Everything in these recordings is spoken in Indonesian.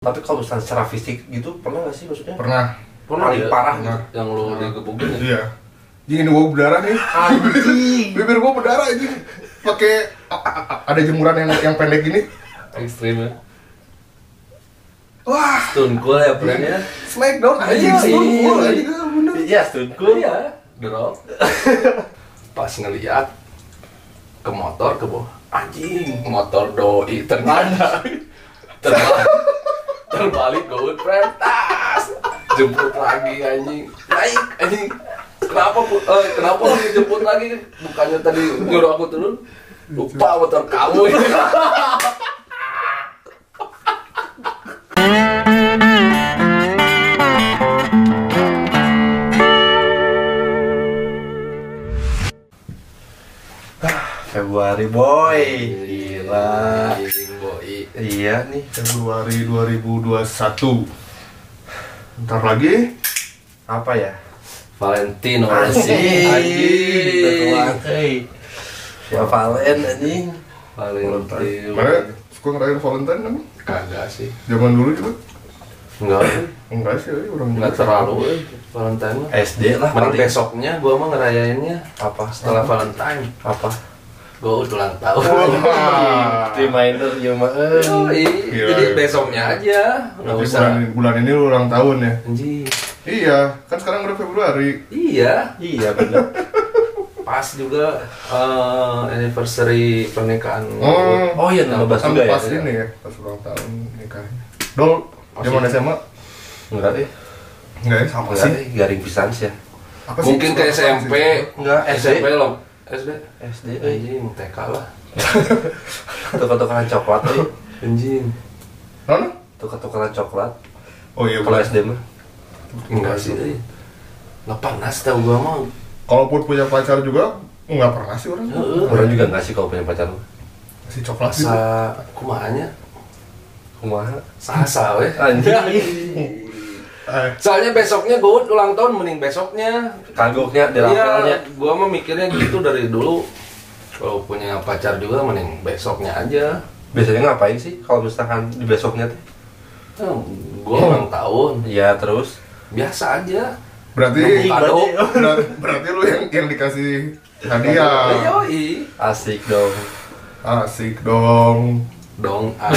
Tapi kalau misalnya secara fisik gitu pernah gak sih maksudnya? pernah Pernah Paling dia- parah Pernah. gitu. yang lu digebukin ya? iya jadi ini gua berdarah nih Anjing. bibir gua berdarah ini pakai a- a- a- ada jemuran yang yang pendek gini ekstrim ya wah stone cool ya perannya smackdown anjing Iya, seluruh iya. gua, anjing ah, bener Iya, stun cool ya The Rock. pas ngeliat ke motor ke bawah anjing motor doi ternyata terbalik terbalik go friend tas jemput lagi anjing naik anjing kenapa Bu? Eh, kenapa lu dijemput lagi bukannya tadi nyuruh aku turun lupa motor kamu Februari boy. gila doi Iya nih. Februari 2021 Ntar lagi Apa ya? Valentino Ah, Anjing. anjing Hei. Ya Valen anjing. Valentino Mana suka ngerayain Valentine kan? kagak sih Zaman dulu juga enggak sih. Enggak sih, ya, orang Nggak terlalu eh, Valentine mah. SD lah paling. Mending besoknya gua mah ngerayainnya Apa? setelah Valentine. apa? Gua ulang tahun. Oh, iya. Wah. Reminder ya mah. Yoi, Gila, Jadi gila. besoknya aja nggak Berarti usah. bulan, bulan ini lu ulang tahun ya? Anjing. Iya, kan sekarang udah Februari Iya, Iya benar. pas juga eh, anniversary pernikahan. Oh. Oh iya nama bahas Kan juga ya. pas ini ya, pas ulang tahun nikahnya Dol, Pas zaman ini. SMA? Enggak deh. Enggak ya, sama Enggak sih deh, garing pisan sih ya. Apa sih? Mungkin ke Sama sih. SMP. Enggak, SD. SMP loh. SD. SD euy. Anjing TK lah. Tukar-tukaran coklat euy. Anjing. Nona? Tukar-tukaran coklat. Oh iya, Kalau bener. SD mah Enggak sih. euy. Lepas nas tau gua mah. Kalaupun punya pacar juga, nggak pernah sih orang Heeh. orang juga enggak sih kalau punya pacar. mah. Si coklat sih Sa kumanya Kumaha? sasa weh. Anjing. Eh, Soalnya besoknya gue ulang tahun mending besoknya. Kagoknya dirapelnya. Iya, gue mah mikirnya gitu dari dulu. Kalau punya pacar juga mending besoknya aja. Biasanya ngapain sih kalau misalkan di besoknya teh? Gue ulang tahun, Ya terus biasa aja. Berarti Nunggu kado. Ber- berarti lu yang yang dikasih Eh, hadiah Yoi, asik dong. asik dong dong. ah.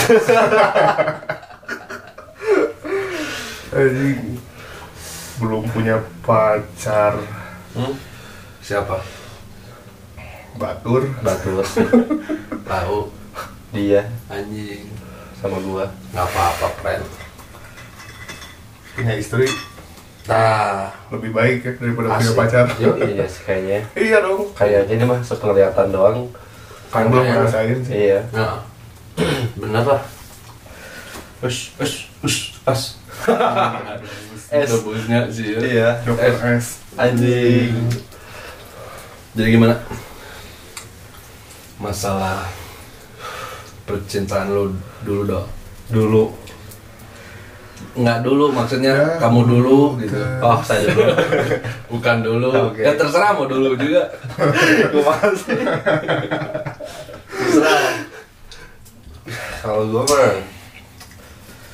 Anjing. belum punya pacar Siapa? batur Bagus Tahu, dia anjing. sama gua. Gak apa-apa, friend. punya istri Nah, lebih baik ya daripada punya Asik. pacar Yo, iya sih kayaknya. iya dong Kayaknya ini mah sepenglihatan doang. kan belum ngerasain sih Iya. nah. bener lah. Us us us as. Es. Es. Debusnya sih ya. Iya. dokter S Anjing. Jadi gimana? Masalah percintaan lo dulu dong. Dulu. Nggak dulu maksudnya Ya, kamu dulu gitu. Oh saya dulu. Bukan dulu. Oke. Ya terserah mau dulu juga. Kumaha sih? Terserah. Kalau gua mah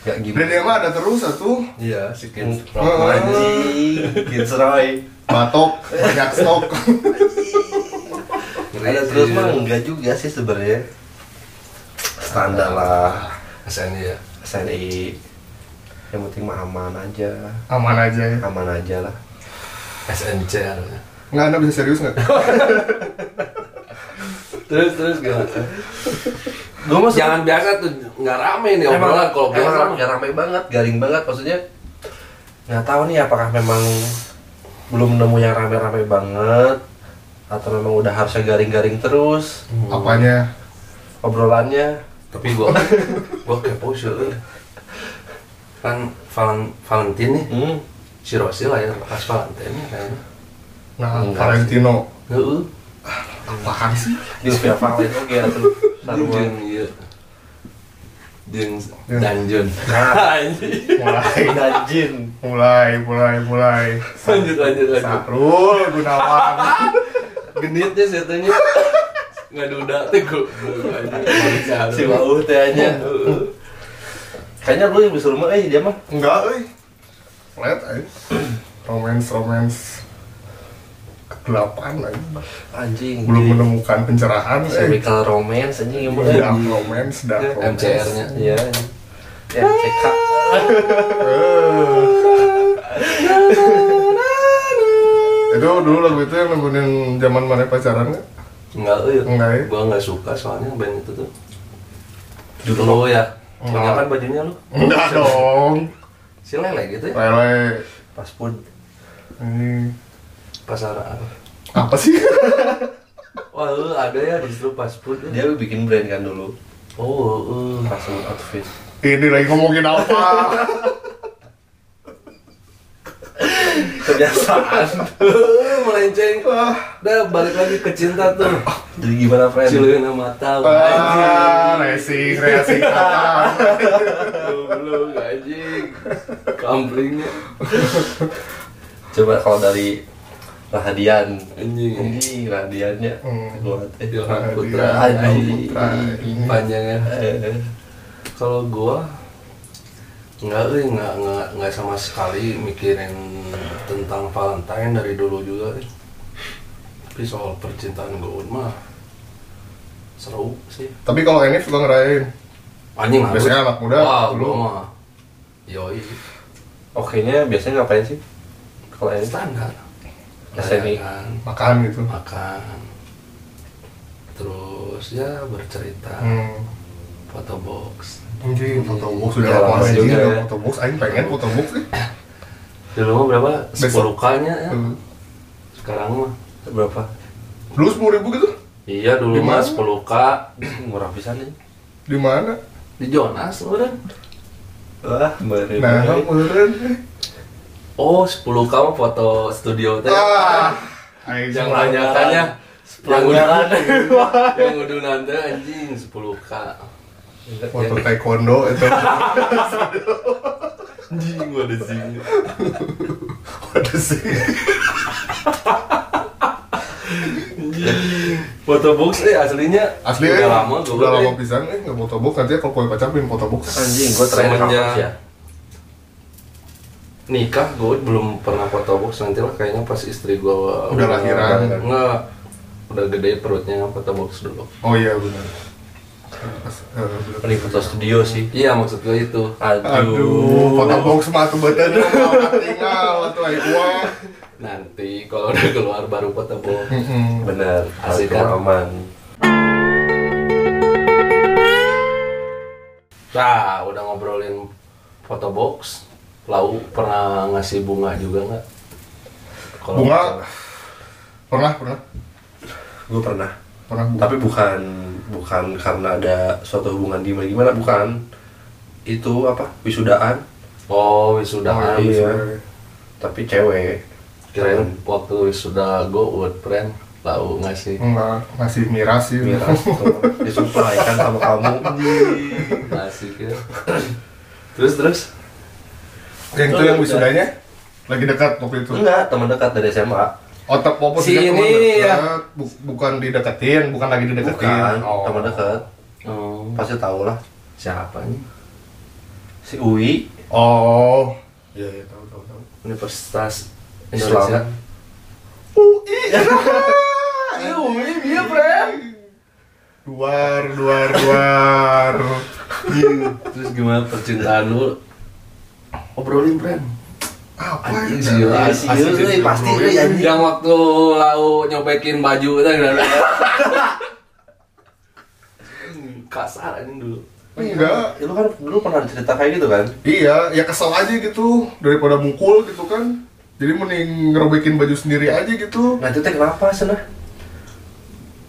nggak dan dia gimana. mah ada terus satu Iya, si Kids Heeh. Anjing. Kids Roy. batok banyak stok Ada terus ya. mah enggak juga sih sebenarnya. Standar lah ya. SNI. Yang penting mah aman aja. aman aja ya Aman aja lah. SNC harusnya. nggak anda bisa serius nggak Terus terus gimana? Gua mah Jangan biasa tuh nggak rame nih emang obrolan kalau biasa. emang mah. nggak ramai banget, garing banget maksudnya. Nggak tahu nih apakah memang belum nemu yang rame-rame banget atau memang udah harusnya garing-garing terus apanya obrolannya. tapi gua gua kepo sih euy. kan Valen Valentine nih Hmm. si Rosi lahir pas Valentine nih kayaknya nah Enggak sih. Valentino heeh apaan sih Di Via Valen oke atuh. Sarua. Dungeon iya Jeng Dungeon Anjing. mulai Nah, Danjin. mulai mulai mulai lanjut lanjut lanjut Sarul Gunawan genitnya ya, setannya nggak duda tegu Iya. Si Wau teh aja. Kayaknya lu yang disuruh mah, eh dia mah Enggak, euy. Flat aja. romance romance kegelapan aja. anjing. Belum di- menemukan pencerahan. Eh. Chemical romance anjing yang Dark romance, dark Ya, romance. MCR-nya. Iya. Ya, CK. Eh. Itu dulu lagu itu yang nemenin zaman mana pacaran nggak? Enggak, eh. Enggak, eh. Gua enggak suka soalnya band itu tuh. Dulu ya. Punya kan bajunya lu? Enggak dong. Si Lele gitu ya. Lele. Pas pun Ini Pasaran. apa sih? Wah, lu ada ya justru pas pun. dia bikin brand kan dulu. Oh, eh. Langsung outfit. Ini lagi ngomongin apa? Kebiasaan. Eh, melenceng. Udah balik lagi ke cinta tuh. Jadi gimana, friend? Cilena mata. Ah, racing, racing kata. Belum anjing. Kamplingnya. Coba kalau dari Rahadian. Anjing. Ini Rahadiannya. eh, Hmm. Gua teh. Ilham Nah, Putra. dia, anjing. Putra, ini. Panjangnya. Eh, Kalau gua nggak eh, nggak nggak nggak sama sekali mikirin tentang Valentine dari dulu juga. eh. Tapi soal percintaan gue mah seru sih. Tapi kalau ini suka ngerayain. Anjing harus. Biasanya anak muda Wah, dulu. gua mah. Yoi, Oke-nya biasanya ngapain sih? Kalau ini standar. SNI. Makan, Makan gitu. makan. Terus ya bercerita, Hmm. foto box. Anjing, foto box udah Ya, lama lama anjing juga ada ya. foto box, aing pengen foto box sih. Dulu mah berapa? Besok. 10 kanya ya. Hmm. Sekarang mah berapa? Lu sepuluh ribu gitu? Iya dulu Di mah mana? 10k Murah pisan nih. Di mana? di Jonas udah. Wah, meren. Nah, kemarin. Oh 10k mah foto studio teh. Ah, aing sepuluh. yang banyakannya yang Pelanggaran. udunan yang udunan teh anjing 10k. Iya. foto taekwondo itu. Anjing gua di sini. Ada sih. Foto box eh aslinya Asli udah eh, lama gua udah lama eh. pisan eh enggak foto box nanti kalau punya pacar pin foto box. Anjing, gua terakhir Semenjak- kampus ya. nikah gua belum pernah foto box nanti lah kayaknya pas istri gua Udah lahiran. Enggak udah gede perutnya foto box dulu. Oh iya benar. Pas, eh, benar. Ini foto studio sih. Iya maksud gua itu. Aduh, foto Aduh. box mah tuh beuteun mah tinggal atuh aing uang. Nanti kalau udah keluar baru foto box. Heeh. Bener, Asik harus kan? aman. Nah, udah ngobrolin foto box. Lau pernah ngasih bunga juga nggak? Kalau Bunga? misalnya- Pernah, pernah. Gua pernah. Pernah bu. Tapi bukan bukan karena ada suatu hubungan gimana gimana bukan. Itu apa? Wisudaan, Oh, Oh, wisuda. iya. tapi cewek. Kirain waktu wisuda go with friend, lau ngasih. Enggak, masih miras sih. Miras tuh gitu. disuplai kan sama kamu. Ngasih gitu. terus terus Yang itu yang wisudanya lagi dekat waktu itu. Enggak, teman dekat dari SMA. Otak popos Si juga teman ini dekat, ya. bu- bukan dideketin, bukan lagi Bukan, dideketin. Oh. teman dekat. oh. Pasti tau lah. siapa nih? Si Uwi Oh. Iya, iya, tahu, tahu, tahu. Universitas Islam. Indonesia. UI Iya, dia friend. Duar, duar, duar. Iya. Terus gimana percintaan lu? Obrolin iya, friend. Apa Anjing, ya? si Yul, Asli, si Yul, asli, eh, pasti, ngobrolin. iya, eh, anjing. Yang waktu lau nyobekin baju itu kan? gimana? Kasar ini dulu. Enggak. Lu kan dulu pernah cerita kayak gitu kan? Iya, ya kesel aja gitu daripada mukul gitu kan. Jadi mending ngerobekin baju sendiri aja gitu. Nah itu teh kenapa sana?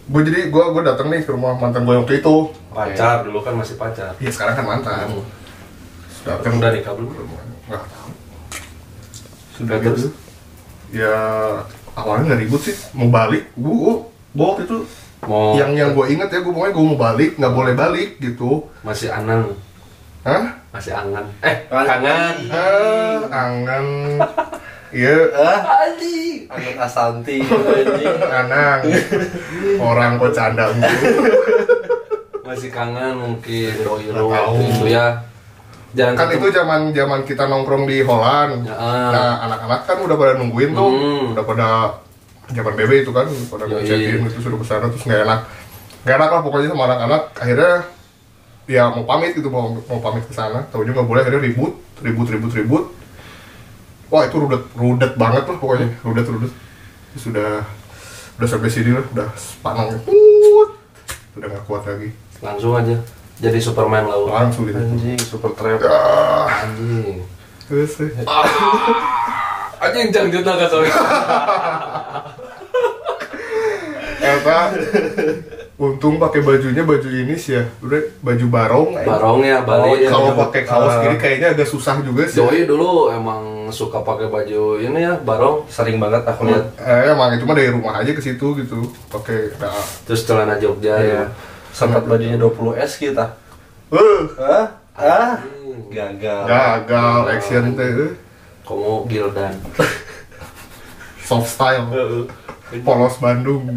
Gue jadi gua gua datang nih ke rumah mantan gue waktu itu. Pacar dulu kan masih pacar. Iya sekarang kan mantan. Hmm. Kan Datang Udah nikah belum? Nggak tahu. Sudah gitu. Ya awalnya nggak ribut sih, mau balik. Gue gue waktu itu Mau yang yang gue inget ya gue pokoknya gue mau balik nggak boleh balik gitu. masih anang, Hah? masih angan. Eh, Angan. kangen. Ah, angan. Iya, Ah, Ali. anak Asanti anjing. anang. Orang kok canda gitu. mulu. Masih kangen mungkin doi Nggak tahu. lu waktu itu ya. Jangan kan ketemu- itu zaman zaman kita nongkrong di Holland Ya, ah. nah anak-anak kan udah pada nungguin tuh Hmm. udah pada zaman BB itu kan udah pada Yoi. ngechatin itu suruh kesana terus nggak enak nggak enak lah pokoknya sama anak-anak akhirnya ya mau pamit gitu mau mau pamit ke sana tahunya nggak boleh akhirnya ribut ribut ribut ribut wah itu rudet rudet banget lah pokoknya Hmm. rudet rudet terus udah udah sampai sini lah udah sepanang Puut. udah nggak kuat lagi langsung aja jadi Superman laut langsung gitu Anjing, super trap. ah, anjing terus eh. anjing jangan gitu, naga sorry Elka untung pakai bajunya baju ini sih ya udah baju barong barong ya Bali Oh, ya. kalau pakai kaos Ah. gini kayaknya agak susah juga sih Joey dulu emang suka pakai baju ini ya barong Sering banget aku lihat. eh, emang cuma dari rumah aja ke situ gitu pakai nah, terus celana Jogja Iya. ya Sempat bajunya 20S kita. eh, Hah? Ah? Hmm. Gagal. gagal action teh eh. kamu Gildan soft style polos Bandung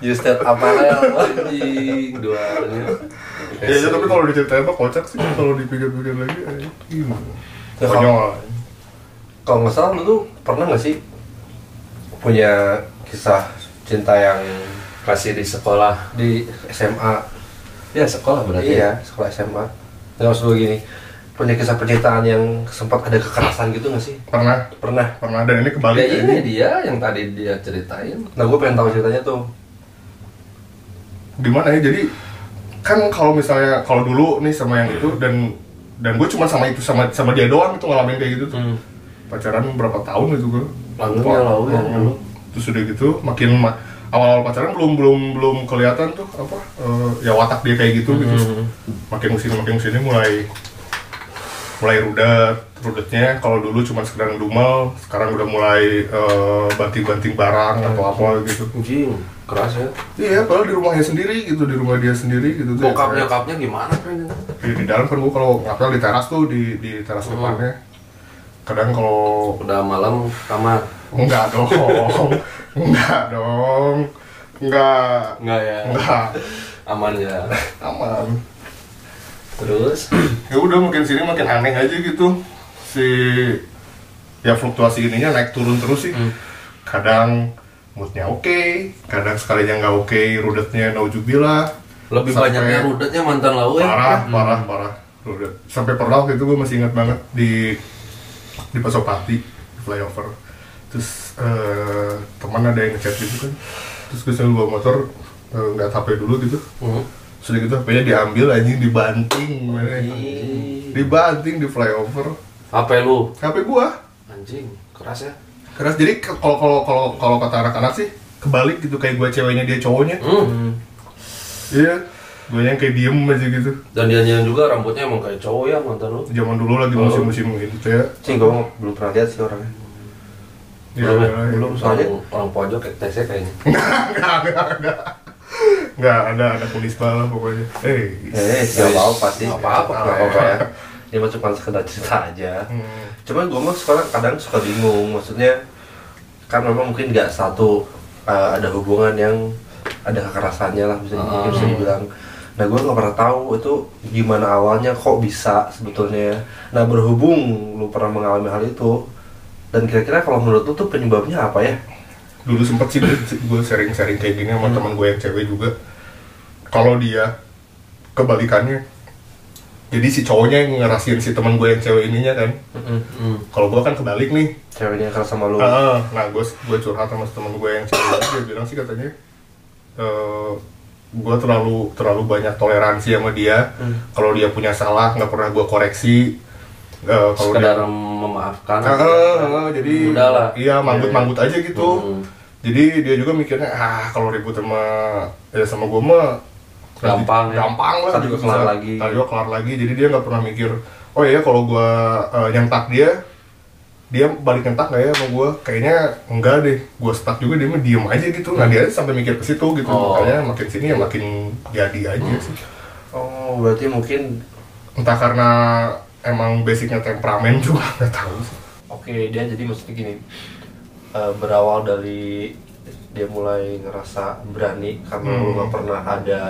You stand apparel. anjing duanya Iya, ya, ya, tapi kalau diceritain mah kocak sih kalau dipikir-pikir lagi eh, ini Ya, konyol Kalau nggak salah lu tuh pernah nggak sih punya kisah cinta yang masih di sekolah di SMA? ya sekolah berarti iya, sekolah SMA. Nggak Nah, maksud gue gini, punya kisah percintaan yang sempat ada kekerasan gitu nggak sih? pernah Pernah. pernah dan ini ya kebalik ini dia yang tadi dia ceritain Nah gue pengen tahu ceritanya tuh. gimana ya jadi kan kalau misalnya kalau dulu nih sama yang itu dan dan gue cuma sama itu sama sama dia doang itu ngalamin kayak gitu tuh pacaran berapa tahun gitu gue Hmm. Langgeng ya, lau ya, dulu. terus udah gitu makin ma- awal-awal pacaran belum belum belum kelihatan tuh apa eh, ya watak dia kayak gitu gitu Hmm. makin kesini makin kesini mulai mulai rudat rudetnya kalau dulu cuma sekedar ngedumel sekarang udah mulai eh, banting-banting barang atau apa gitu anjing keras ya Iya, kalau di rumahnya sendiri gitu, di rumah dia sendiri gitu. tuh ya, bokap kayak- nyokapnya gimana kayaknya Di, di dalam kan gua kalau ngapel di teras tuh, di, di teras Hmm. depannya. Kadang kalau udah malam kamar enggak dong, enggak dong, enggak, enggak ya enggak, aman ya aman. terus Ya udah makin sini makin aneh aja gitu si ya fluktuasi ininya naik turun terus sih. Hmm. Kadang moodnya oke, kadang sekalinya nggak oke, rudetnya naujubillah. lebih Sampai- banyaknya rudetnya mantan lau ya parah parah parah udah sampai pernah waktu itu gue masih ingat banget di di Pasopati di flyover terus eh, teman ada yang ngechat gitu kan terus gue sambil bawa motor eh, nggak HP dulu gitu Hmm. sudah gitu HPnya diambil anjing dibanting gimana ya. Anjing. dibanting di flyover HP lu HP gua anjing keras ya keras jadi ke- kalau kalau kalau kalau kata anak-anak sih kebalik gitu kayak gue ceweknya dia cowoknya Hmm. iya gue yang kayak diem aja gitu dan dia juga rambutnya emang kayak cowok ya mantan lu zaman dulu lagi Oh. musim-musim gitu ya Cing gue belum pernah lihat sih orangnya. Ya, belum ya, ya? ya. belum Soalnya- soalnya orang pojok kayak tesnya kayaknya Nggak ada, ada Unisba lah pokoknya. Eh, Eh, nggak apa-apa pasti. Nggak apa-apa. Nggak apa-apa ya. Ini mah cuma sekedar cerita aja. hmm, Cuman gue mah sekarang kadang suka bingung, maksudnya kan memang mungkin nggak satu eh, ada hubungan yang ada kekerasannya lah bisa, mungkin bisa dibilang. Nah gue nggak pernah tahu itu gimana awalnya kok bisa sebetulnya. Nah berhubung lu pernah mengalami hal itu dan kira-kira kalau menurut lu tuh penyebabnya apa ya? dulu sempet sih gue sharing-sharing kayak gini sama Hmm. teman gue yang cewek juga. Kalau dia kebalikannya, jadi si cowoknya yang ngerasain si teman gue yang cewek ininya kan. hmm. Oh. Kalau gue kan kebalik nih. Ceweknya keras sama lu. Ah, nah gue gue curhat sama teman gue yang cewek dia bilang sih katanya eh gue terlalu terlalu banyak toleransi sama dia. Hmm. Kalau dia punya salah nggak pernah gue koreksi. Eh, kalau dia- sekedar memaafkan Ah, ah, ah, jadi Udah lah. iya manggut-manggut aja gitu Hmm. jadi dia juga mikirnya ah kalau ribut sama ya sama gue mah Gampang ya. gampang lah Ntar juga kelar bisa. lagi. Ntar juga kelar lagi jadi dia nggak pernah mikir oh iya kalau gue nyentak dia dia balik nyentak nggak ya sama gue kayaknya enggak deh gue stuck juga dia mah diem aja gitu nah dia sampai mikir ke situ gitu Oh. makanya makin sini ya makin jadi aja sih Oh berarti mungkin entah karena emang basicnya temperamen juga nggak tahu sih. Oke, dia jadi maksudnya gini eh, berawal dari dia mulai ngerasa berani karena Hmm. lu nggak pernah ada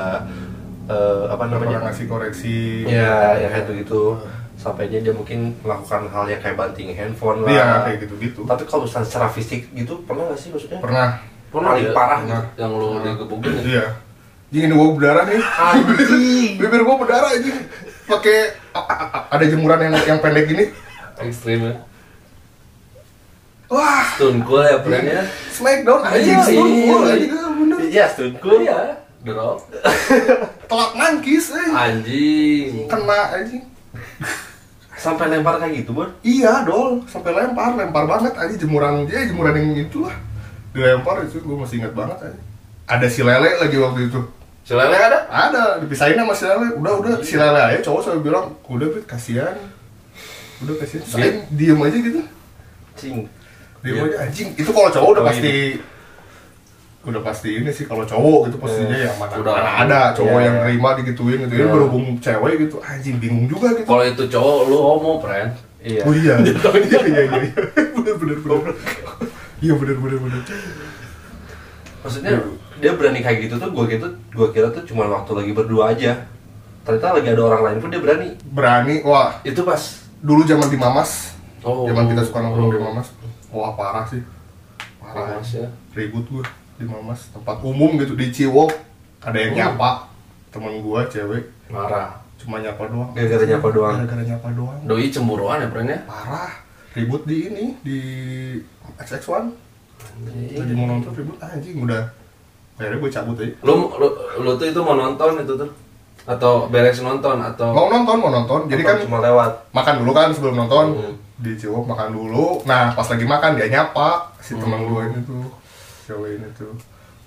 eh, apa Nggak pernah Iya, namanya Iya, ngasih koreksi ya yang kayak gitu sampainya dia mungkin melakukan hal yang kayak banting handphone lah. Iya, kayak gitu-gitu. Tapi kalau misalnya secara fisik gitu pernah nggak sih maksudnya? Pernah. Paling ya? parah Pernah. yang lu digebukin ya? Iya. Jadi ini gua berdarah nih. Anjing. Bibir gua berdarah ini. Pakai a- a- a- ada jemuran yang yang pendek gini. ekstrim ya Wah, stone cool ya brandnya smackdown anjing, Iya, seluruh iya. anjing bener. Iya, stone cool. cool ya The Rock Telak nangkis eh. anjing Kena anjing. Sampai lempar kayak gitu, Bun. Iya, dol, sampai lempar, lempar banget anjing jemuran dia jemuran yang itu lah. Dilempar itu gua masih ingat banget anjing. Ada si Lele lagi waktu itu. si lele ada Ada, dipisahin sama si Lele. Udah, udah si Lele aja cowok sampai bilang, "Udah, Pit, kasihan." Udah kasihan. Terus Iya. Aing diem aja gitu. Cing. Dia Iya. aja anjing. Itu kalau cowok udah Oh, pasti udah pasti ini sih kalau cowok gitu pastinya ya mana, Udah. mana ada cowok Iya. yang nerima digituin gitu. Ini Iya. berhubung cewek gitu anjing bingung juga gitu. kalau itu cowok lu homo friend Iya. Oh iya. iya iya iya. iya. Bener bener bener. Iya bener bener bener. Maksudnya dia berani kayak gitu tuh gua gitu gua kira tuh cuma waktu lagi berdua aja. Ternyata lagi ada orang lain pun dia berani. Berani wah Itu pas dulu zaman di Mamas. Oh. Zaman kita suka nongkrong di Oh. Mamas. Wah parah sih. Parah. Mamas ya. Ribut gua di Mamas tempat umum gitu di Ciwok. Ada Oh. yang nyapa temen gua cewek marah cuma nyapa doang Gara-gara nyapa doang. gara-gara nyapa doang doi cemburuan ya friend ya parah ribut di ini di XX1 lagi mau nonton ribut ah, anjing udah akhirnya gue cabut eh. aja lu, lu lu tuh itu mau nonton itu tuh atau beres nonton atau mau nonton mau nonton jadi kan cuma lewat. makan dulu kan sebelum nonton Hmm. di Ciwok makan dulu nah pas lagi makan dia nyapa si teman gue ini tuh cewek ini tuh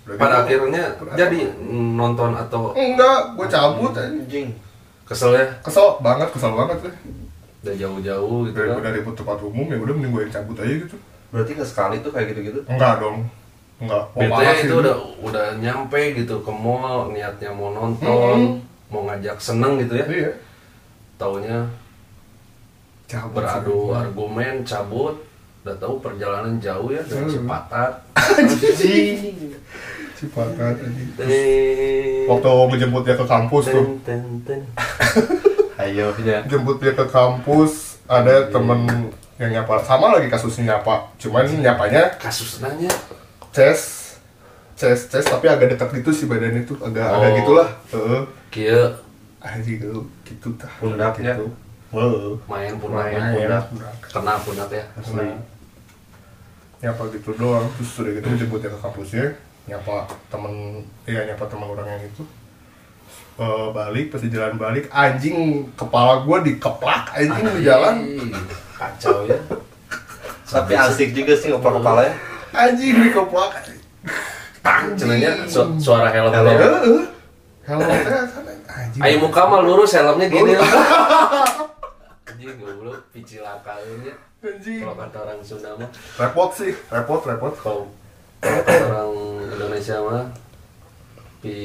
Udah Hmm. pada gitu, akhirnya pada- jadi nonton atau enggak gue cabut Hmm. aja Anjing. kesel ya kesel banget kesel banget deh udah jauh-jauh gitu kan daripada ribut tempat umum ya udah mending gue yang cabut aja gitu Berarti nggak sekali tuh kayak gitu-gitu. enggak dong enggak Oh, Bete parah sih itu ini. udah udah nyampe gitu ke mall niatnya mau nonton mau ngajak seneng gitu ya Iya. taunya Cabut beradu argumen cabut udah tahu perjalanan jauh ya dari Hmm. Cipatat Anjing. Iya. Cipatat anjing. Eh. Teng, Waktu ngejemput dia ke kampus tuh. teng, teng, teng. Ayo Eh. ya. Jemput dia ke kampus, ada temen yang nyapa sama lagi kasusnya nyapa. Cuman nyapanya kasus nanya chest chest chest tapi agak dekat gitu sih badannya tuh agak Oh. agak gitulah. Heeh. kia Anjing lu gitu tah. Pundaknya. Gitu. Heeh. main pun Main main pundak. kena pundak ya Asli. Nyapa gitu doang, terus udah Hmm. gitu jemput dia ke kampusnya, nyapa temen, iya nyapa temen orang yang itu. Eh, balik pas di jalan balik anjing kepala gua dikeplak anjing di jalan Ih, kacau ya Tapi asik juga sih ya. ngoprol kepalanya. anjing dikeplak tang cenanya su- suara helm Helm. helm Heeh. helm teh eh. sana, anjing Ayo muka mah lurus helmnya gini loh. Anjing goblok picilan kalinya. anjing Kalau kata orang Sunda mah, repot sih repot repot kalau kalau kata orang Indonesia mah pi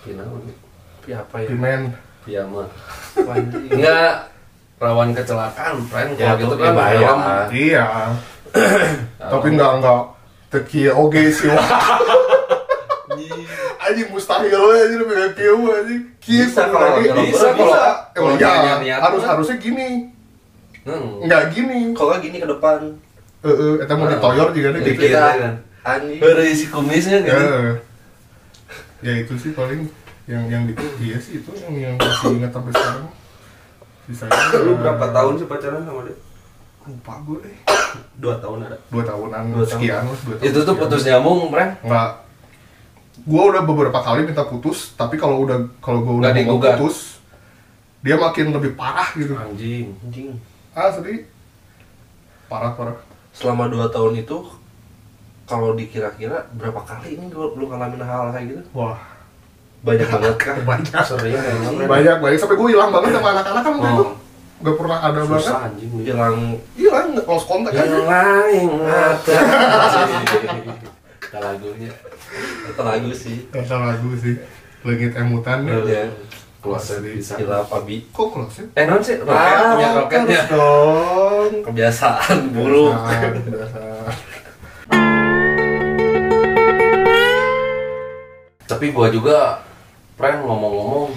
pi naon ya? Tapi apa ya? pimen Pi ama. Anjing. Enggak rawan kecelakaan, friend. Kalau Ya, gitu tuh, ya, kan bahaya. helm. iya tapi nggak nggak teki oge sih wah anjing mustahil aja anjing lebih kayak kieu anjing kieu Bisa kudu kalau lagi. nyerobot, bisa bisa. kalau Kalau kalau ya nyari niat harus mah. harusnya gini Hmm. nggak gini Kalau nggak gini ke depan. eh eta mau ditoyor juga nih Dikit. gitu Iya, Kita kan? anjing. Baru isi kumisnya gitu. Eh, ya itu sih paling yang yang di iya sih itu yang yang masih ingat sampai sekarang sisanya Lu eh, berapa tahun sih pacaran sama dia? lupa gue deh Dua tahun ada. dua tahunan Dua tahun. sekian lah dua tahun Itu tuh sekian. putus nyambung, friend. nggak gue udah beberapa kali minta putus tapi kalau udah kalau gue udah Nggak mau digugat. putus dia makin lebih parah gitu Anjing. Anjing. ah sedih parah parah Selama 2 tahun itu kalau dikira-kira berapa kali ini lu, lu ngalamin hal kayak gitu? wah Banyak banget kan? banyak Sering emang, friend. banyak banyak sampai gue hilang banget sama anak-anak kan waktu Oh. itu nggak pernah ada banget Iya, Susah anjing. dia. Hilang hilang nggak lost kontak aja lain mata Kita lagunya itu lagu sih. Kata lagu sih Lengit emutan ya. nih Iya. keluar sendiri ya, bisa Gila Fabi. Kok close ya? eh non sih roket Ah, punya roketnya Terus dong Kebiasaan buruk. Dasar, dasar. tapi gua juga prank ngomong-ngomong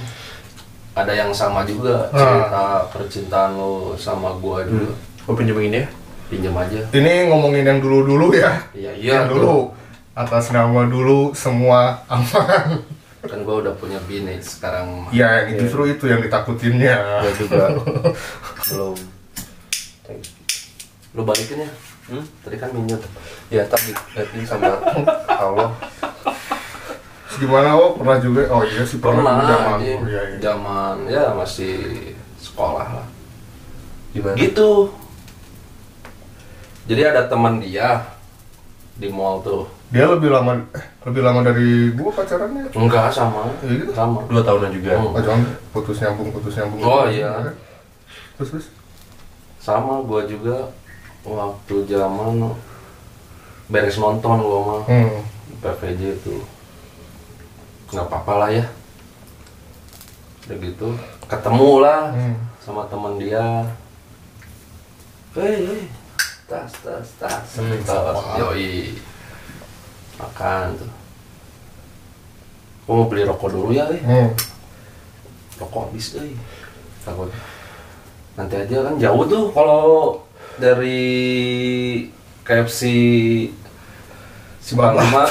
ada yang sama juga cerita Ah. percintaan lo sama gua dulu Hmm. Gue pinjemin ini ya. pinjam aja Ini ngomongin yang dulu-dulu ya. iya iya yang dulu. Atas nama dulu semua aman. kan gua udah punya bini sekarang mah. Ya, yang justru itu yang ditakutinnya. Gue juga belum. lo balikin ya Hmm? tadi kan minyak eh, Ya tapi dilihatin sama Allah. Terus Gimana lo pernah juga? Oh iya sih pernah, pernah zaman. anjing. Oh, iya, iya. zaman ya masih sekolah lah Gimana? gitu jadi ada teman dia di mall tuh Dia lebih lama eh, lebih lama dari gua pacarannya. enggak sama Ya gitu. sama Dua tahunan juga. Hmm. Oh, jangan putus nyambung, putus nyambung. Oh, iya. Terus terus. sama gua juga waktu zaman beres nonton gua mah Hmm. PVJ itu nggak apa-apa lah ya udah gitu ketemu lah Hmm. sama teman dia hei hei, tas tas tas Hmm, tas sama. yoi makan tuh Gua mau beli rokok dulu ya eh. Hmm. rokok habis eh takut nanti aja kan jauh tuh kalau dari KFC Si Bala. Panglima.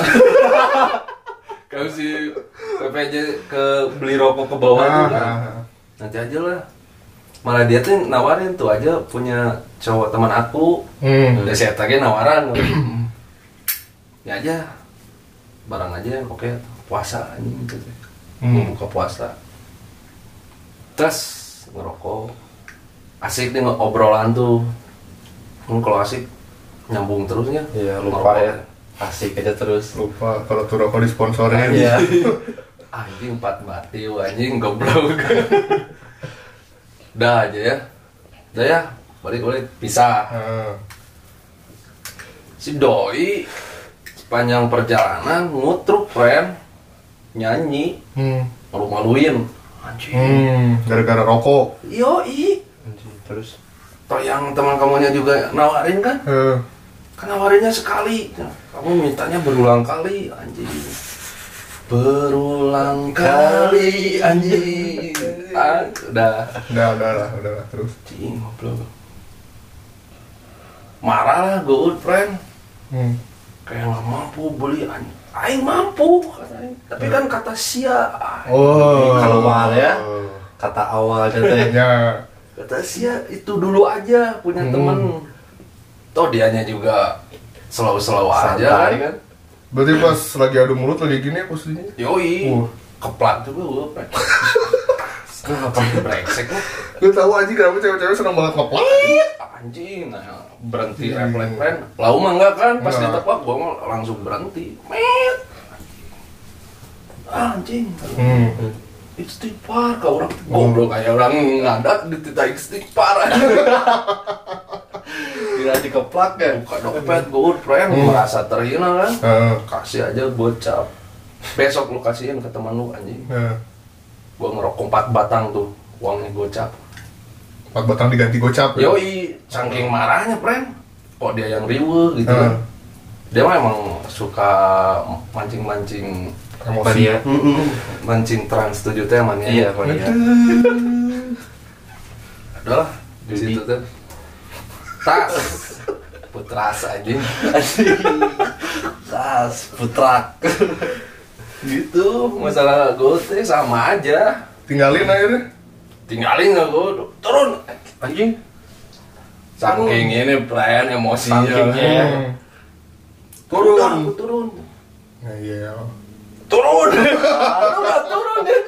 KFC PPJ ke beli rokok ke bawah tuh Ah, kan. ah, ah. nanti aja lah malah dia tuh nawarin tuh aja punya cowok teman aku Hmm. udah saya tagih nawaran ya aja barang aja oke puasa anjing gitu Hmm. buka puasa terus ngerokok asik nih obrolan tuh Hmm, kalau asik nyambung terusnya Iya lupa Ngerokok. ya. Asik aja terus. Lupa kalau tuh rokok disponsorin. Iya. anjing empat mati wah, anjing goblok dah aja ya dah ya balik balik pisah Ah. si doi sepanjang perjalanan ngutruk friend nyanyi Hmm. malu maluin anjing Hmm, gara-gara rokok. yoi Anjing, Terus toh yang teman kamunya juga nawarin kan Eh, kan nawarinnya sekali kamu mintanya berulang kali anjing berulang kali anjing ah, udah udah, udah lah, udah lah terus. Cing, goblok. Marah lah gue old friend. Hmm. Kayak nggak mampu beli anjing. Aing mampu, kata Aing. Tapi kan kata sia, ah, Hmm. Oh. Keluar ya. kata awal aja teh. Ya. kata sia itu dulu aja punya Hmm. temen. Toh dianya juga selalu-selalu aja kan. Santai kan. Berarti pas lagi adu mulut lagi gini ya posisinya. Yoi, Uh. keplat juga gue Pren. Kenapa brengsek lu? Gue tahu anjing kenapa cewek-cewek seneng banget ngeplak. Anjing, nah, berhenti Iya. refleks friend. Lau mah enggak kan, pas Enggak. ditepok gua mah langsung berhenti. Met. Anjing. Hmm. Istighfar kau orang goblok kayak orang ngadat dititah istighfar. Bila dikeplak ya. Buka dompet gue friend Hmm. merasa terhina kan. Heeh. Kasih aja gocap. Besok lu kasihin ke teman lu anjing. Nah, Gua ngerokok empat batang tuh uangnya gocap. empat batang diganti gocap. ya? Yoi, saking marahnya friend. Kok dia yang riwe gitu Heeh. kan. dia mah emang suka mancing-mancing Mania. Emosi. mancing trans tujuh teh mania Iya mania. adalah Jadi- di situ teh tas putras anjing Tas putrak. gitu masalah gue teh sama aja Tinggalin akhirnya. tinggalin nggak gue turun Anjing. saking ini Brian emosinya Sakingnya. Iya. Eh. Hmm. turun dah, aku turun Nah, iya. turun Lu nggak turun dia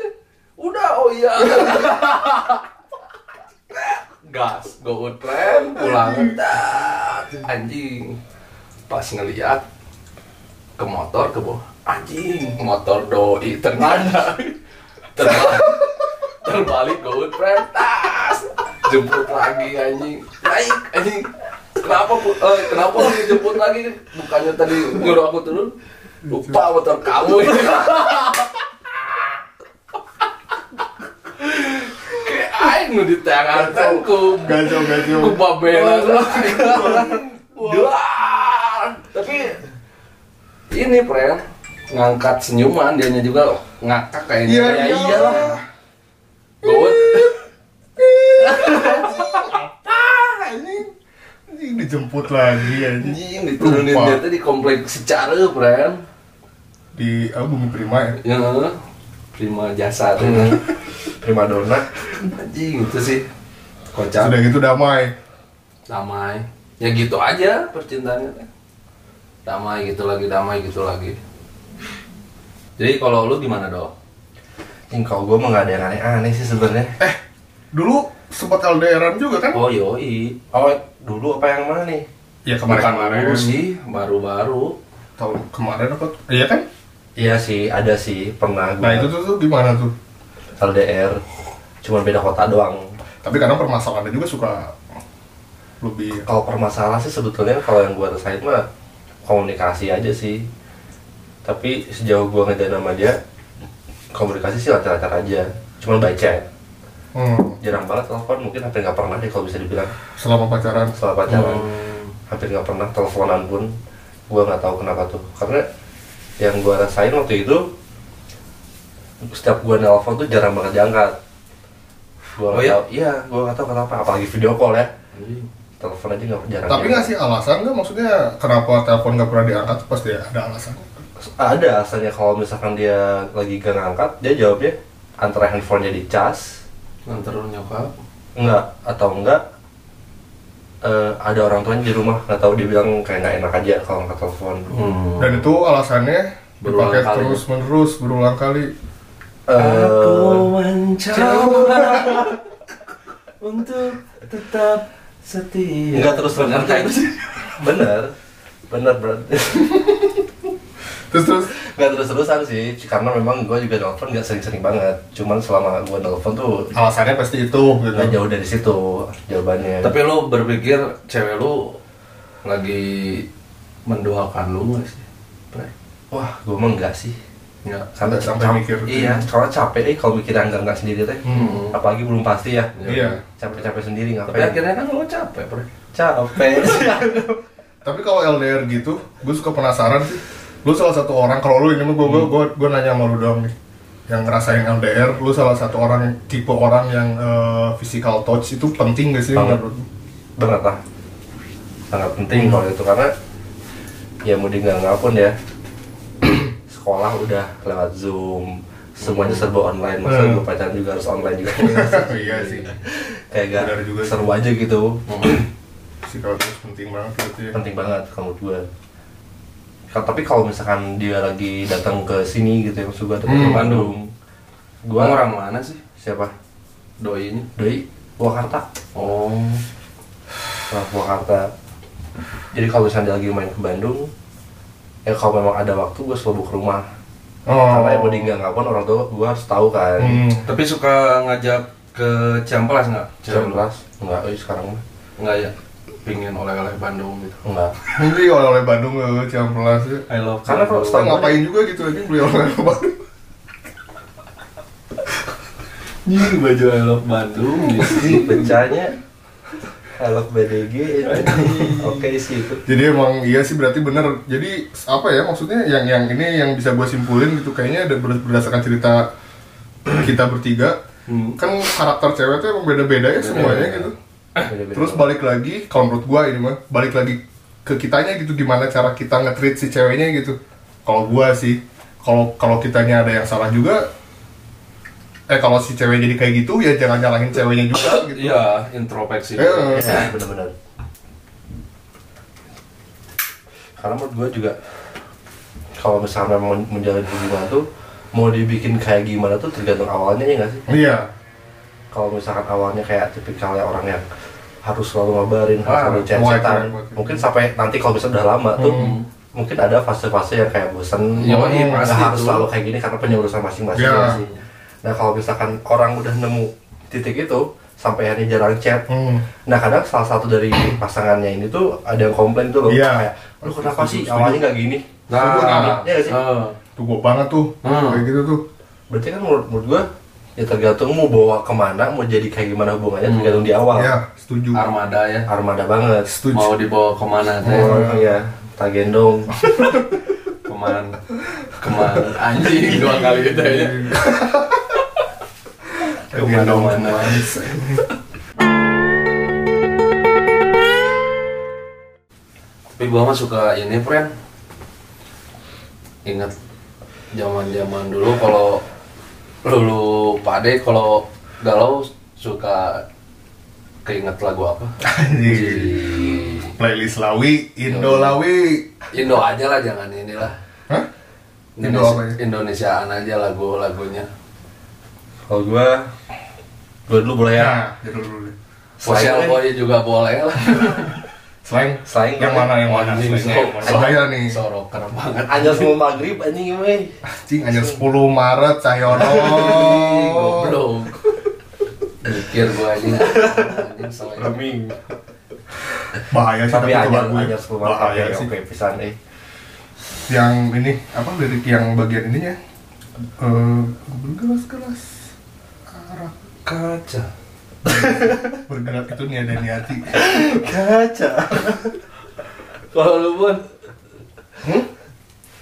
udah oh iya gas go tram pulang Dah, anjing pas ngeliat ke motor ke bawah anjing motor doi ternyata terbalik terbalik go tram tas jemput lagi anjing naik anjing kenapa Bu? Eh, kenapa lu dijemput lagi bukannya tadi nyuruh aku turun lupa motor kamu kayak aing nu di tangan kan, ku Gacau, gacau. ku babelan Duaan. tapi ini friend ngangkat senyuman dianya juga ngakak kayaknya Iya, Ya iya. iyalah gue apa anjing anjing dijemput lagi anjing Anjing diturunin Lupa. dia tadi kompleks secara pren. di ah, bumi prima ya Ya, prima jasa tuh. ya. primadona Anjing itu sih kocak. sudah gitu damai Damai. Ya gitu aja percintaannya. teh. Damai gitu lagi, damai gitu lagi. Jadi kalau lu gimana dong? Ting, kalau gue mah nggak ada yang aneh-aneh sih sebenarnya dulu sempat LDRan juga kan Oh yoi, oh dulu apa yang mana nih Iya, ya Baru sih, baru-baru. tahun kemarin apa iya kan iya sih ada sih pernah gue nah itu tuh, tuh gimana tuh LDR cuma beda kota doang tapi kadang permasalahannya juga suka lebih kalau permasalahan sih sebetulnya kalau yang gue rasain mah komunikasi aja sih tapi sejauh gue ngejalanin sama dia komunikasi sih lancar-lancar aja cuman by chat hmm, jarang banget telepon mungkin hampir nggak pernah deh kalau bisa dibilang selama pacaran setelah pacaran hampir nggak pernah teleponan pun gue nggak tahu kenapa tuh karena yang gue rasain waktu itu setiap gue nelpon tuh jarang banget diangkat gue Oh nggak iya? tahu iya gue nggak tahu kenapa apalagi video call ya Anjing. telepon aja nggak jarang tapi diangkat. ngasih alasan nggak maksudnya kenapa telepon nggak pernah diangkat pasti ada alasan ada asalnya kalau misalkan dia lagi gak ngangkat dia jawabnya antara handphonenya dicas Nganter lu nyokap. enggak atau enggak eh, ada orang tuanya di rumah nggak tahu dia bilang kayak nggak enak aja kalau ngangkat telepon Hmm. dan itu alasannya Berulang dipakai kali. terus menerus berulang kali Eh, mencoba untuk tetap setia. Iya. Nggak terus benar kayak gitu. bener bener berarti terus terus nggak terus terusan sih karena memang gue juga nelfon nggak sering-sering banget cuman selama gue nelfon tuh alasannya pasti itu gitu nggak jauh dari situ jawabannya Tapi lu berpikir cewek lu lagi mendoakan lu nggak sih? Pre? wah gue mah enggak sih Nggak. karena Nggak sampai cap- mikir. iya karena capek eh kalau mikir enggak enggak sendiri teh Hmm. apalagi belum pasti ya iya capek-capek sendiri ngapain Tapi akhirnya Iya. kan lu capek, Pre. capek tapi kalau LDR gitu gue suka penasaran sih lu salah satu orang kalau lu ini mah gue Hmm. gue gue nanya sama lu doang nih yang ngerasain LDR lu salah satu orang yang- tipe orang yang eh, physical touch itu penting gak sih Banget. menurut lu? banget lah sangat Hmm. penting kalau itu karena ya mau di nggak nggak pun ya sekolah udah lewat zoom semuanya serba online masa Hmm. gue pacaran juga harus online juga iya sih kayak gak Benar juga. seru aja gitu Hmm. physical touch penting banget gitu ya penting banget kalau menurut gue Ka- tapi kalau misalkan dia lagi datang ke sini gitu ya maksud gue datang ke Hmm. Bandung gue Gua orang mana sih siapa doinya? Doi Purwakarta Oh. orang Oh, Purwakarta jadi kalau misalnya dia lagi main ke Bandung ya kalau memang ada waktu gue selalu ke rumah oh karena ya mau di nggak nggak pun orang tua gue harus tahu kan Hmm. Tapi suka ngajak ke Ciamplas nggak? jam belas nggak eh, sekarang mah Nggak ya? Pingin oleh-oleh Bandung gitu. nggak Beli oleh-oleh Bandung eh, Ciampelas ya. I love Karena kalau Bandung. Kita ngapain juga gitu aja beli oleh-oleh Bandung. Ih, baju I love Bandung gitu. bencanya I love BDG oke sih itu Jadi emang iya sih berarti bener. Jadi apa ya maksudnya yang yang ini yang bisa gue simpulin gitu kayaknya ada ber- berdasarkan cerita kita bertiga Hmm. kan karakter cewek tuh emang beda-beda ya semuanya gitu. Terus balik lagi kalau menurut gue ini mah balik lagi ke kitanya gitu gimana cara kita nge-treat si ceweknya gitu. Kalau gue sih kalau kalau kitanya ada yang salah juga eh kalau si cewek jadi kayak gitu ya jangan nyalahin ceweknya juga gitu. Iya, Eh, introspeksi. Iya. eh. ya, bener-bener karena menurut gue juga kalau misalnya mau menjalin hubungan tuh mau dibikin kayak gimana tuh tergantung awalnya ya nggak sih Iya. kalau misalkan awalnya kayak tipikalnya orang yang harus selalu ngabarin, harus Ah, selalu muat, chat-chatan muat, muat. mungkin sampai nanti kalau misalnya udah lama tuh Hmm. mungkin ada fase-fase yang kayak bosen Iya, nggak iya, pasti harus itu. selalu kayak gini karena punya urusan masing-masing Iya. ya sih. nah kalau misalkan orang udah nemu titik itu sampai hari jarang chat Hmm. nah kadang salah satu dari pasangannya ini tuh ada yang komplain tuh loh Iya. kayak lu kenapa Setuju, sih setuju. awalnya nggak gini Nah, Iya nggak sih? eh, tuh gue banget tuh Hmm. kayak gitu tuh berarti kan menurut, menurut gua ya tergantung mau bawa kemana mau jadi kayak gimana hubungannya Hmm. tergantung di awal ya setuju armada ya. armada banget setuju Mau dibawa kemana teh? Oh iya, tak gendong. Kemana? Kemana? Anjing dua kali Iya. gitu ya. Gendong Kemana-mana. kemana. tapi gua mah suka ini friend ingat zaman zaman dulu kalau lulu pade kalau galau suka keinget lagu apa Anjing. Playlist Lawi, Indo Lawi. Indo aja lah jangan inilah Hah? Indo Indonesia, apa ya? Indonesiaan aja lagu-lagunya Kalau gua gua dulu boleh ya. Nah, jadul dulu deh. Slang, kan- Social eh. Boy juga boleh lah Slang. Slang, yang kan? mana yang mana? Anjing, Slangnya yang mana? so- Bahaya nih. Sorok keren banget Anjir semua maghrib anjing weh. Anjing anjing 10 Maret Cahyono. Goblok Mikir gua aja Anjing, slang. Reming. Bahaya sih Tapi itu anjir lagunya. anjir semua Bahaya maghrib. iya sih. Oke pisan eh. Yang ini apa lirik yang bagian ininya? Eh, bergelas-gelas arah Kaca bergerak itu niat dan niati. Kaca. Kalau lu pun Hmm?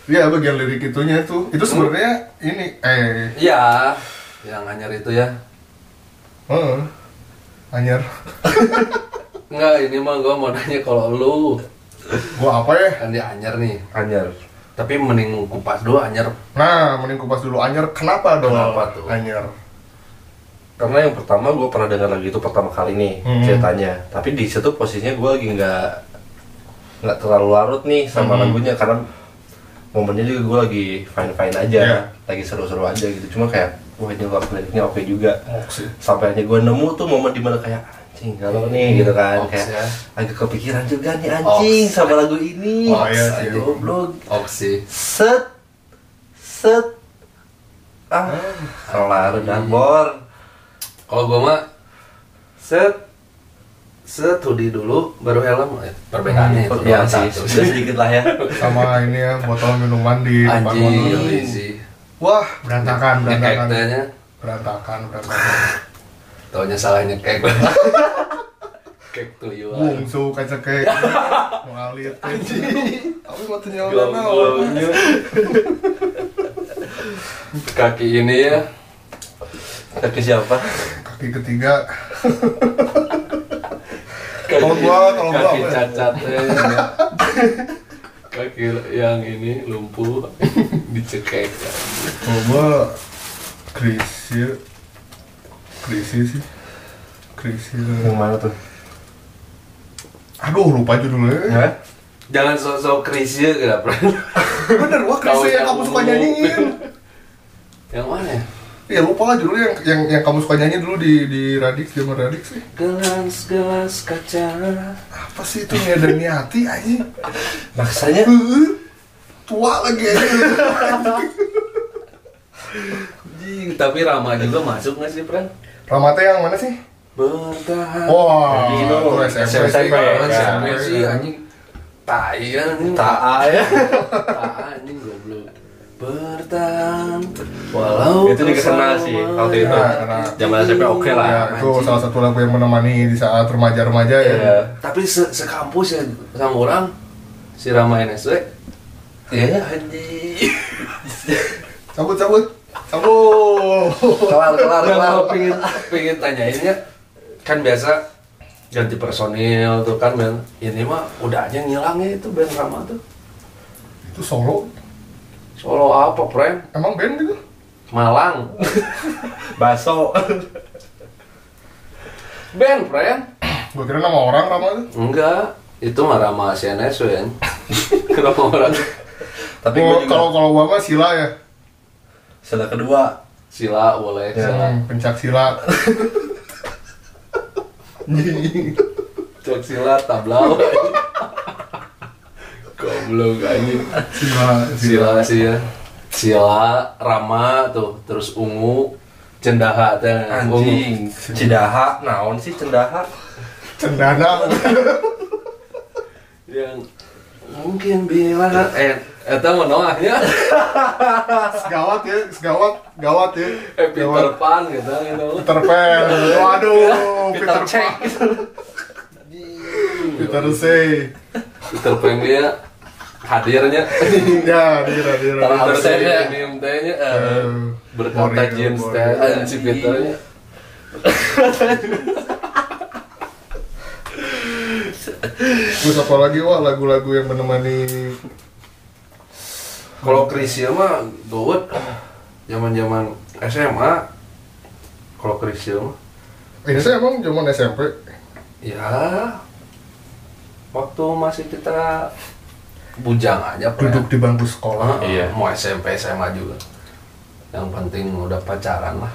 Iya bagian lirik itunya tuh. Itu sebenarnya ini eh Iya Yang anyar itu ya Heeh. Anjir. Enggak ini mah gua mau nanya kalau lu Gua apa ya? Kan dia anyar nih Anjir. Tapi mending kupas dulu anyar Nah, mending kupas dulu anyer. Kenapa dong? Kenapa tuh? Anyer. Karena yang pertama gua pernah dengar lagu itu pertama kali nih Hmm. ceritanya. Tapi di situ posisinya gua lagi nggak nggak terlalu larut nih sama Hmm. lagunya karena momennya juga gua lagi fine fine aja, Iya. lagi seru-seru aja gitu. Cuma kayak wah ini lagu liriknya oke juga. Mok sih. sampai akhirnya gue nemu tuh momen dimana kayak anjing kalau Hmm. nih gitu kan Oks kayak ya. agak kepikiran juga nih anjing Oks. sama lagu ini Oh, iya sih. Aduh, goblok Oksi set set ah kelar udah bor Kalau gua mah set set hoodie dulu baru helm eh, perbedaannya itu ya doang sih satu. sudah sedikit lah ya Sama ini ya botol minuman di depan anjing motor. geli sih Wah, berantakan, nyekek berantakan. tehnya Berantakan, berantakan. taunya salah nyekek kek tuyul Bungsu kecekek. Mengalir. Tapi matunya orang naon. Gobloknya. kaki ini ya kaki siapa Kaki ketiga. kaki, Kalau gua- kalau gua kaki apa ya? cacatnya ya. kaki yang ini lumpuh dicekek Kalau gua krisir. Krisir sih. Krisir. yang mana tuh Aduh, lupa judulnya. ya jangan sok-sok ya, krisya kenapa Bener, wah krisir yang kamu suka nyanyiin. yang mana ya? Ya lupa lah judulnya yang yang yang kamu suka nyanyi dulu di di Radix zaman Radix sih. gelas-gelas kaca Apa sih itu Nia dan Niati aja? maksudnya Tua lagi aja. Anjing, tapi Rama juga masuk nggak sih, Pran? Ramate yang mana sih? Bertahan. Wah, Jadi itu itu SMP sih. SMP, kan? ya? kan? SMP SMP, sih kan? anjing. Tai ya, anjing. taa ya Tai, anjing goblok. Bertahan walau Itu juga kenal sih, waktu itu. bersama Kenal, kenal. Zaman SMP oke lah. Ya, itu salah satu lagu yang menemani di saat remaja-remaja ya. Iya. Tapi se sekampus ya sama orang si Rama NSW. Iya. anjing. Cabut, cabut. Cabut. kelar kelar Nggak, kelar kalau pingin pingin tanyain ya kan biasa ganti personil tuh kan band ini mah udah aja ngilangnya itu band Rama tuh itu solo. Solo apa Pren? Emang band gitu? Malang baso band Pren? Gue kira nama orang Rama itu. enggak itu mah Rama CNS kan kenapa orang tapi Gua- gue Oh, Kalau juga kalau gua mah Sila ya. sila kedua sila boleh Ya. sila Hmm, pencak Sila. cok sila tablau goblok anjing Sila, sila sih ya sila Rama tuh terus ungu cendaha teh ungu anjing cidaha naon sih cendaha Cendana. yang mungkin bila eh eta mah noah ya Segawat ya, segawat, gawat ya. eh Peter Pan gitu gitu Peter Pan. Waduh, Peter Cek. Pan. Peter C. Peter Pan dia hadirnya Ya, dira, dira. Tanah Peter absen ya. Pan tehnya eh, berkata Boring, James boring. Teh dan si Peternya Terus apa lagi wah lagu-lagu yang menemani Kalau Krisya mah gowet zaman-zaman SMA. Kalau Krisya mah Eh, ini saya emang zaman SMP ya waktu masih kita bujang aja Pre. duduk di bangku sekolah Ah, Iya. mau SMP SMA juga yang penting udah pacaran lah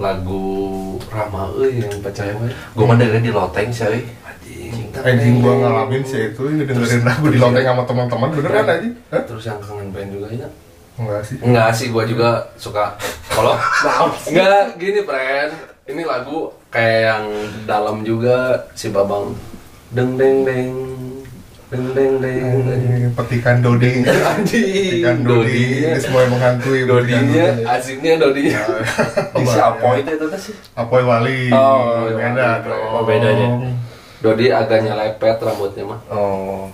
lagu Rama euy yang pacaran euy. Gue mah dengerin di loteng sih, euy. anjing anjing gua ngalamin sih itu ini dengerin lagu di loteng sama teman-teman bener kan anjing Hah? terus yang kangen band juga ya enggak sih Enggak sih, gua juga suka kalau enggak gini, friend. Ini lagu kayak yang dalam juga si Babang. Deng deng deng. Deng deng deng. Anjing, petikan Dodi petikan Anjing, Dodi Dodinya. ini semua gitu. yang menghantui Anu petikan Dodinya, Dodi. asiknya Dodinya. Di si Apoy itu teh sih. Apoy Wali Oh, Apoy beda Wali. dong Oh, bedanya. Dodi agak nyelepet rambutnya mah. Oh,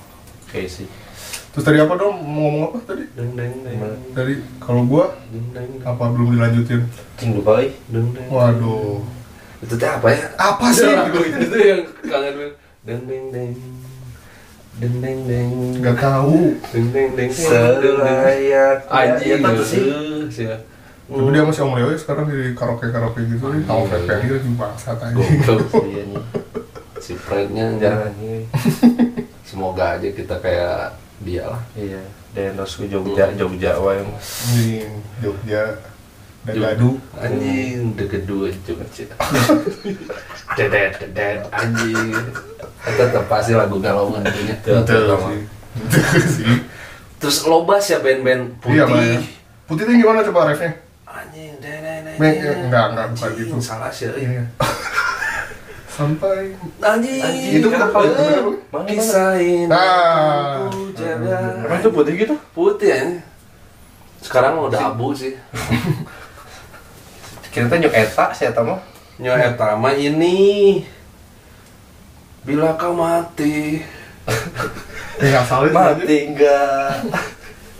oke sih. terus tadi apa dong mau ngomong apa tadi Deng deng deng. tadi kalau gua Deng deng deng. apa belum dilanjutin Ting lupa euy. Deng deng. waduh Itu teh apa ya? apa sih itu yang kangen banget. Deng deng deng. Deng deng deng. nggak tahu Deng deng deng. Selayaknya Ah, iya, Anjing Eta Iya, Oh, tuh sih. sih. tapi dia masih om Leo ya sekarang di karaoke karaoke gitu nih tahu VPN gitu di bangsa tadi Goblok sih. Iya, anjing. Si Frednya Jangan Iya. anjir. anjing, euy. Semoga aja kita kayak dia lah. Iya, Denos ke Jogja, Jogja wae. di Jogja dan Dadu Iya. Anjing degedul Jogja. Dedet dedet anjing. Itu tetap pasti lagu galau nantinya. Betul sih Betul sih Terus loba sih ya band-band iya putih. Maya putih itu gimana coba refnya Anjing dedet dedet. Mek, eh, enggak, enggak, bukan Anjing, gitu. Salah sih. eh. Iya. sampai Anjing. itu kan apa itu bener, Bu? Mana, Kisahin. Ah. aku jaga. Emang itu putih gitu? Putih ya. Sekarang udah abu sih. Kita teh nyok eta sih eta mah. Nyo eta mah ini. Bila kau mati. eh nggak salah itu aja. Mati enggak.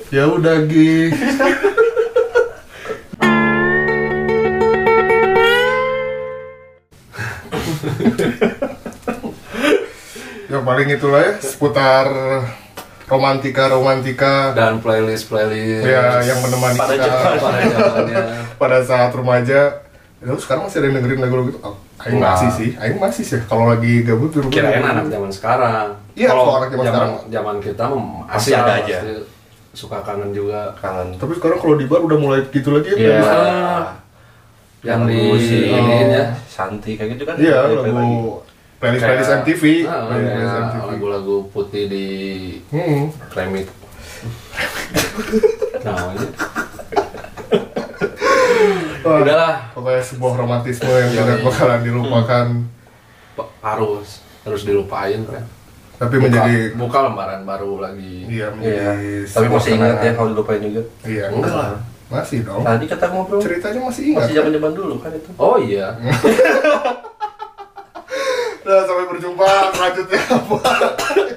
ya udah gi ya paling itulah ya seputar romantika romantika Dan playlist playlist. ya yang menemani Pada kita zaman. Pada zamannya. pada saat remaja ya, lu sekarang masih ada yang dengerin lagu-lagu itu Aing Enggak. masih sih, Aing masih sih kalau lagi gabut di rumah Kirain anak zaman sekarang. Hmm. Iya, Kalau kalau anak zaman zaman, sekarang. zaman kita mah Masih lah, ada aja. pasti Suka kangen juga. Kangen. tapi sekarang kalau di bar udah mulai gitu lagi ya Iya. playlist. Iya. Yang Lagu di si Oh. ini ya. Santi kayak gitu kan. iya Klip lagi. lagu playlist playlist Kayak- MTV Ah, playlist kayak playlist MTV Lagu-lagu putih di Hmm. remix. Namanya. Wah, Udahlah. pokoknya sebuah romantisme yang Iya, tidak iya. bakalan dilupakan Pa- harus harus dilupain kan tapi buka, menjadi buka lembaran baru lagi iya menjadi Iya. Tapi sebuah masih ingat ya kenangan. kalau dilupain juga. iya enggak lah masih dong Tadi kata ngobrol. ceritanya masih ingat Masih zaman zaman dulu kan itu. oh iya Nah, sampai berjumpa selanjutnya apa?